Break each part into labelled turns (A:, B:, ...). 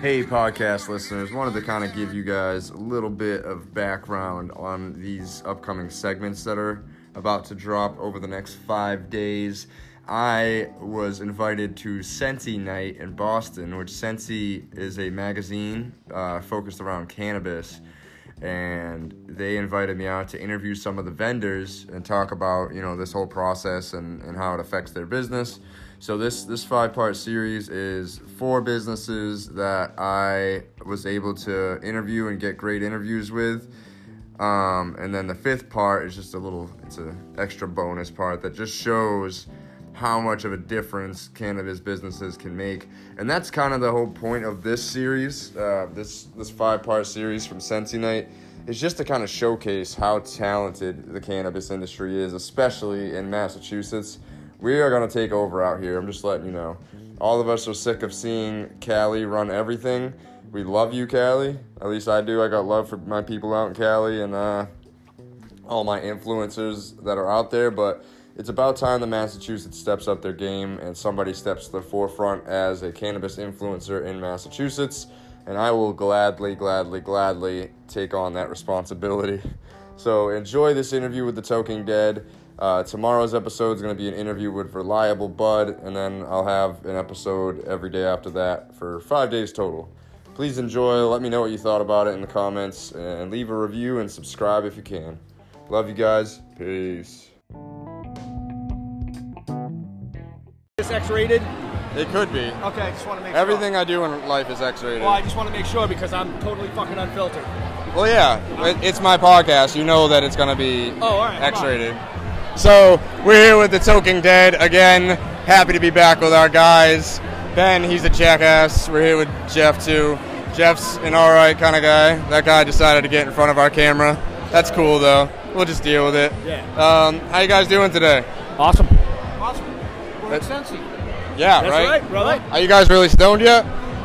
A: Hey, podcast listeners, wanted to kind of give you guys a little bit of background on these upcoming segments that are about to drop over the next five days. I was invited to Scentsy Night in Boston, which Scentsy is a magazine uh, focused around cannabis. And they invited me out to interview some of the vendors and talk about, you know, this whole process and, and how it affects their business. So this this five part series is four businesses that I was able to interview and get great interviews with. Um, and then the fifth part is just a little it's an extra bonus part that just shows how much of a difference cannabis businesses can make. And that's kind of the whole point of this series, uh, this this five part series from Sensi Night. Is just to kind of showcase how talented the cannabis industry is, especially in Massachusetts we are gonna take over out here. I'm just letting you know. All of us are sick of seeing Cali run everything. We love you, Cali. At least I do. I got love for my people out in Cali and uh, all my influencers that are out there. But it's about time the Massachusetts steps up their game and somebody steps to the forefront as a cannabis influencer in Massachusetts. And I will gladly, gladly, gladly take on that responsibility. So enjoy this interview with the Toking Dead. Uh, tomorrow's episode is going to be an interview with Reliable Bud, and then I'll have an episode every day after that for five days total. Please enjoy. Let me know what you thought about it in the comments, and leave a review and subscribe if you can. Love you guys. Peace.
B: It's X-rated.
A: It could be.
B: Okay, I just want to make
A: Everything I do in life is X-rated.
B: Sure. Well, I just want to make sure because I'm totally fucking unfiltered.
A: Well, yeah, it, it's my podcast. You know that it's going to be
B: Oh, all right, come on.
A: X-rated. So we're here with the Toking Dead again. Happy to be back with our guys. Ben, he's a jackass. We're here with Jeff too. Jeff's an all right kind of guy. That guy decided to get in front of our camera. That's cool though. We'll just deal with it.
B: Yeah.
A: Um, how you guys doing today?
C: Awesome.
B: Awesome. We're
A: That's-
B: Sensi.
A: Yeah,
B: That's right, brother.
A: Are you guys really stoned yet?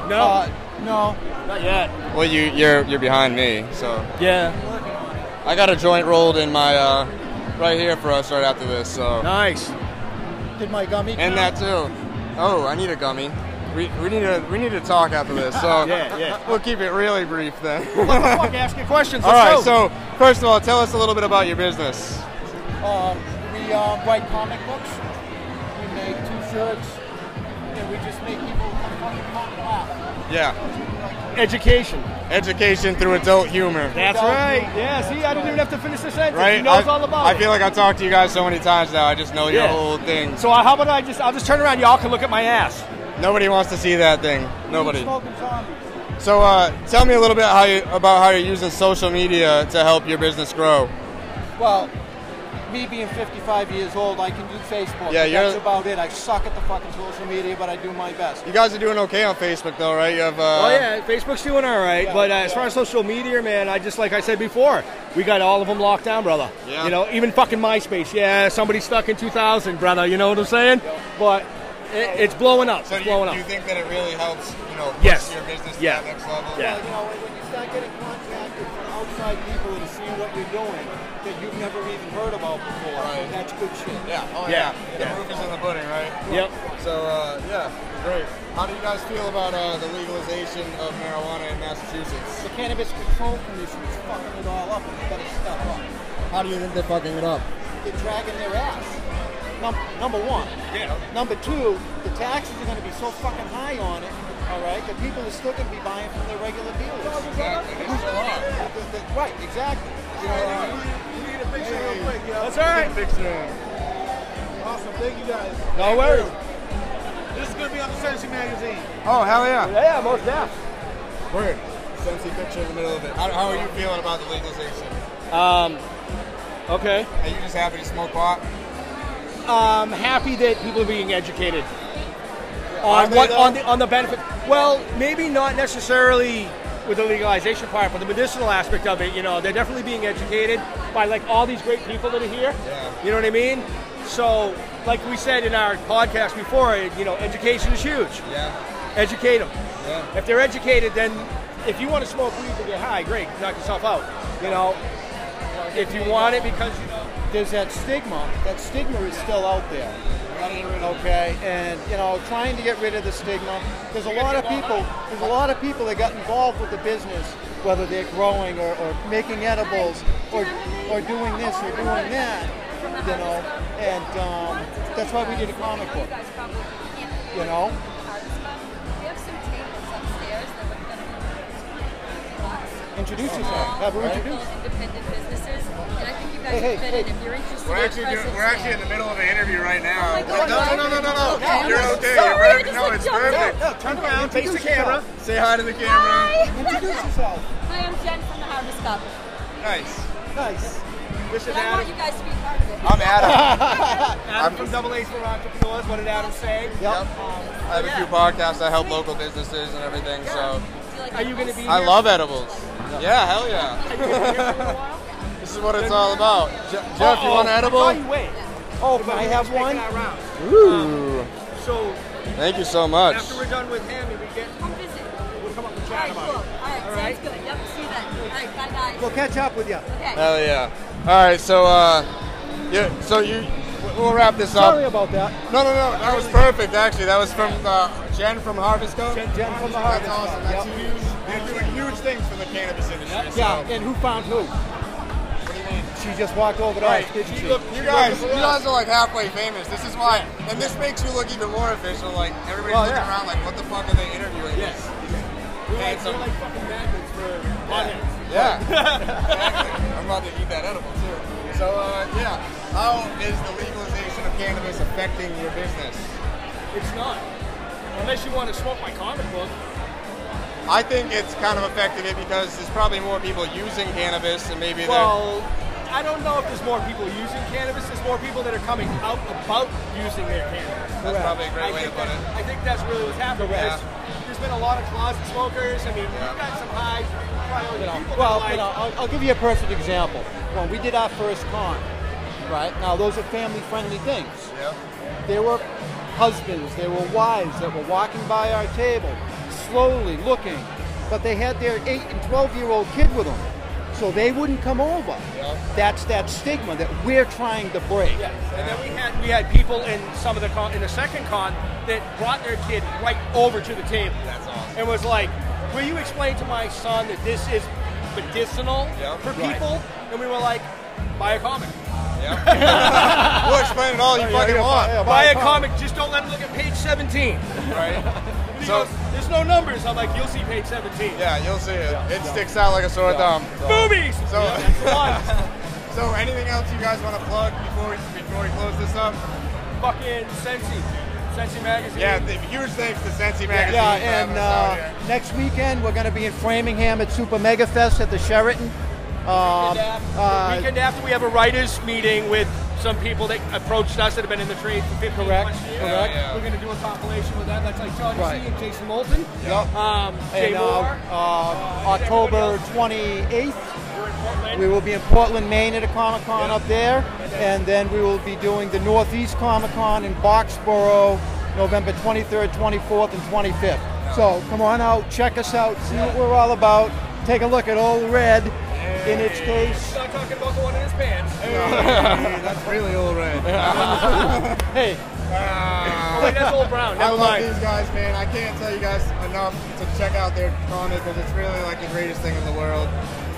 B: No,
C: Uh, no.
B: not yet.
A: Well, you you're you're behind me, so
C: Yeah.
A: I got a joint rolled in my uh, right here for us right after this. So
B: Nice.
C: Did my gummy?
A: and that too. Oh, I need a gummy. We, we need to we need to talk after this. So
B: Yeah, yeah.
A: We'll keep it really brief then.
B: Fuck, ask your questions.
A: All right.
B: Let's go.
A: So first of all, tell us a little bit about your business.
C: Um, we um, write comic books. We make T-shirts, and we just make people fucking fucking laugh.
A: Yeah.
B: education.
A: Education through adult humor.
B: That's
C: Adult
B: right.
C: humor.
B: Yeah. See, I didn't even have to finish the sentence.
A: Right.
B: He knows
A: I,
B: all about
A: I
B: it.
A: feel like I've talked to you guys so many times now. I just know your
B: Yeah.
A: whole thing.
B: so uh, how about I just I'll just turn around. Y'all can look at my ass.
A: Nobody wants to see that thing. Nobody.
C: Smoking zombies.
A: So uh, tell me a little bit how you about how you're using social media to help your business grow.
C: Well, me being 55 years old, I can do Facebook.
A: Yeah, you're-
C: That's about it. I suck at the fucking social media, but I do my best.
A: You guys are doing okay on Facebook though, right? You have. Uh,
B: Oh yeah, Facebook's doing all right,
C: Yeah.
B: but uh, as far as social media, man, I just like I said before, we got all of them locked down, brother.
A: Yeah.
B: You know, even fucking MySpace. Yeah, somebody stuck in 2000, brother. You know what I'm saying? But it, it's blowing up.
A: So
B: it's
A: do you,
B: blowing
A: do you
B: up.
A: think that it really helps, you know, push
B: Yes.
A: your business to
B: Yeah.
A: that next level?
B: Yeah.
C: Well, you know, when you start getting contacted from outside people to see what you're doing that you've never even heard about before,
A: Right.
C: that's good shit.
A: Yeah. Oh yeah.
B: Yeah.
A: The proof is in the pudding, right?
B: Yep.
A: So uh, yeah, great. How do you guys feel about uh, the legalization of marijuana in Massachusetts?
C: The Cannabis Control Commission is fucking it all up, and they better step up.
A: How do you think they're fucking it up?
C: They're dragging their ass. Num- number one.
B: Yeah.
C: Number two, the taxes are going to be so fucking high on it, all right, that people are still going to be buying from their regular dealers.
A: Exactly. They still are.
C: The- the- Right, exactly. You know,
B: That's all right.
C: awesome. Thank you guys.
B: No worries.
C: This is going to be on the Sensi magazine.
A: Oh hell yeah.
B: Yeah, most deaf.
A: Word. Sensi picture in the middle of it. How, how are you feeling about the legalization?
B: Um, okay.
A: Are you just happy to smoke pot?
B: I'm happy that people are being educated
A: Are
B: on
A: they,
B: what
A: though?
B: on the on the benefit. Well, maybe not necessarily with the legalization part, but the medicinal aspect of it. You know, they're definitely being educated by like all these great people that are here.
A: Yeah.
B: You know what I mean? So, like we said in our podcast before, you know, education is huge.
A: Yeah.
B: Educate them.
A: Yeah.
B: If they're educated, then if you want to smoke weed to get high, great, knock yourself out. You know, if you want it because you know.
C: There's that stigma. That stigma is still out there.
A: Gotta get rid of
C: okay? And you know, trying to get rid of the stigma. There's a lot of people. There's a lot of people that got involved with the business, whether they're growing or, or making edibles or or doing this or doing that, you know. And um, that's why we did a comic book. You know? Introduce yourself. Have her introduce.
D: Independent businesses, and I think you guys
C: Hey,
D: would
C: hey,
D: fit in if you're interested.
A: We're
D: in
A: actually, doing,
D: presence
A: we're actually in the middle of an interview right now.
D: Oh my God,
A: no, no, no, no, no,
D: Okay, I'm
A: You're
D: like,
A: okay.
D: sorry,
A: You're perfect.
D: I just,
A: no,
D: like,
A: it's
D: jumped out.
A: perfect.
C: No, turn around.
B: Face the camera.
A: Say hi to the camera.
C: Introduce yourself.
D: Hi, I'm Jen from the Harvest Cup.
A: Nice.
C: Nice.
B: This is
D: And I
B: Adam.
D: want you guys to be part of it.
A: I'm Adam.
B: Adam from Double A's for Entrepreneurs. What did Adam say?
C: Yep.
A: I have a few podcasts. I help local businesses and everything. So
D: Do you like
B: Are you going to be?
A: I
B: here?
A: love edibles. Yeah, hell yeah. This is what it's all about. Je- Jeff, you
B: Uh-oh.
A: want an
B: I thought
A: edible?
B: you wait.
C: Oh, can I have one?
A: Ooh.
B: So
A: Thank you so much.
B: after we're done with him, and we get,
D: Come visit. All
B: we'll come up and
D: right,
B: chat
D: cool.
B: about
D: All
B: it.
D: right,
B: All
D: sounds
B: right.
D: good. Yep, see you then. All right, bye, guys.
C: We'll catch up with you.
D: Okay.
A: Hell yeah. All right, so uh, yeah, so you, we'll wrap this up.
C: Sorry about that.
A: No, no, no. That was perfect. Actually, that was from uh, Jen from Harvest Co.
C: Jen, Jen from the
A: That's
C: Harvest.
A: awesome.
C: Yep.
A: That's huge. They're doing huge things for the cannabis industry. So.
C: Yeah, and who found who? She just walked over to
A: All right,
C: us, didn't she?
A: look, you guys, you guys are like halfway famous. This is why, and this makes you look even more official. Like everybody's
C: Well,
A: looking
C: yeah.
A: around, like, what the fuck are they interviewing?
B: Yes. We're like,
A: Handsome.
B: we're like fucking magnets for potheads.
A: Yeah. exactly. I'm about to eat that edible too. So, uh, yeah. How is the legalization of cannabis affecting your business?
B: It's not. Unless you want to smoke my comic book.
A: I think it's kind of affected it because there's probably more people using cannabis and maybe they're
B: Well, I don't know if there's more people using cannabis. There's more people that are coming out about using their cannabis.
A: That's probably a
B: I
A: great way to
B: think,
A: put
B: that's,
A: it.
B: I think that's really what's happened.
A: Correct.
B: There's- there's been a lot of closet smokers. I mean,
A: Yeah.
B: we've got some high priority people. that
C: Well,
B: are
C: you know,
B: like,
C: I'll, I'll give you a perfect example. When we did our first con, right? Now those are family-friendly things.
A: Yeah.
C: There were husbands, there were wives that were walking by our table, slowly looking, but they had their eight and twelve-year-old kid with them, so they wouldn't come over. That's that stigma that we're trying to break.
B: Yeah, and then we had we had people in some of the con, in the second con that brought their kid right over to the table.
A: That's awesome.
B: And was like, "Will you explain to my son that this is medicinal
A: Yeah.
B: for
A: Right.
B: people?" And we were like, "Buy a comic.
A: Yeah. we'll explain it all you fucking
C: yeah,
A: want.
C: yeah,
B: Buy,
C: Buy
B: a
C: a
B: comic. Just don't let him look at page 17."
A: Right?
B: And he
A: So,
B: goes, "There's no numbers." I'm like, "You'll see page 17."
A: yeah, you'll see it. It sticks out like a sore thumb.
B: Boobies.
A: So-
B: Yeah, that's fun.
A: So, anything else you guys want to plug before we, before we close this up?
B: Fucking Sensi, Sensi magazine.
A: Yeah, th- huge thanks to Sensi Magazine.
C: Yeah,
A: for having
C: and
A: us out
C: uh,
A: here.
C: next weekend we're going to be in Framingham at Super Mega Fest at the Sheraton. Um,
B: weekend after,
C: uh,
B: weekend after we have a writers meeting with some people that approached us that have been in the trade for 15
C: Correct,
B: plus years.
C: correct.
A: Yeah, yeah.
B: We're going to do a compilation with that. That's like John
C: Right.
B: C and Jason Moulton.
A: Yep.
B: Um, Jay
C: and uh,
B: Moore.
C: uh, October 28th,
B: We're in Portland.
C: we will be in Portland, Maine at a Comic Con up there, and then we will be doing the Northeast Comic Con in Boxborough, November 23rd, 24th, and 25th. So come on out, check us out, see what we're all about. Take a look at Old Red in its case.
B: Not talking about the one in his pants.
A: that's really all right.
C: Hey,
B: Oh, wait, that's old Brown.
A: I
B: Never
A: love
B: mind.
A: these guys, man. I can't tell you guys enough to check out their comic because it's really like the greatest thing in the world.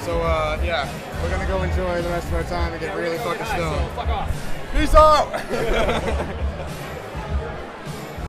A: So uh, yeah, we're gonna go enjoy the rest of our time and get
B: Yeah, we're
A: really
B: gonna go
A: fucking
B: get high,
A: stoned.
B: So fuck off.
A: Peace out.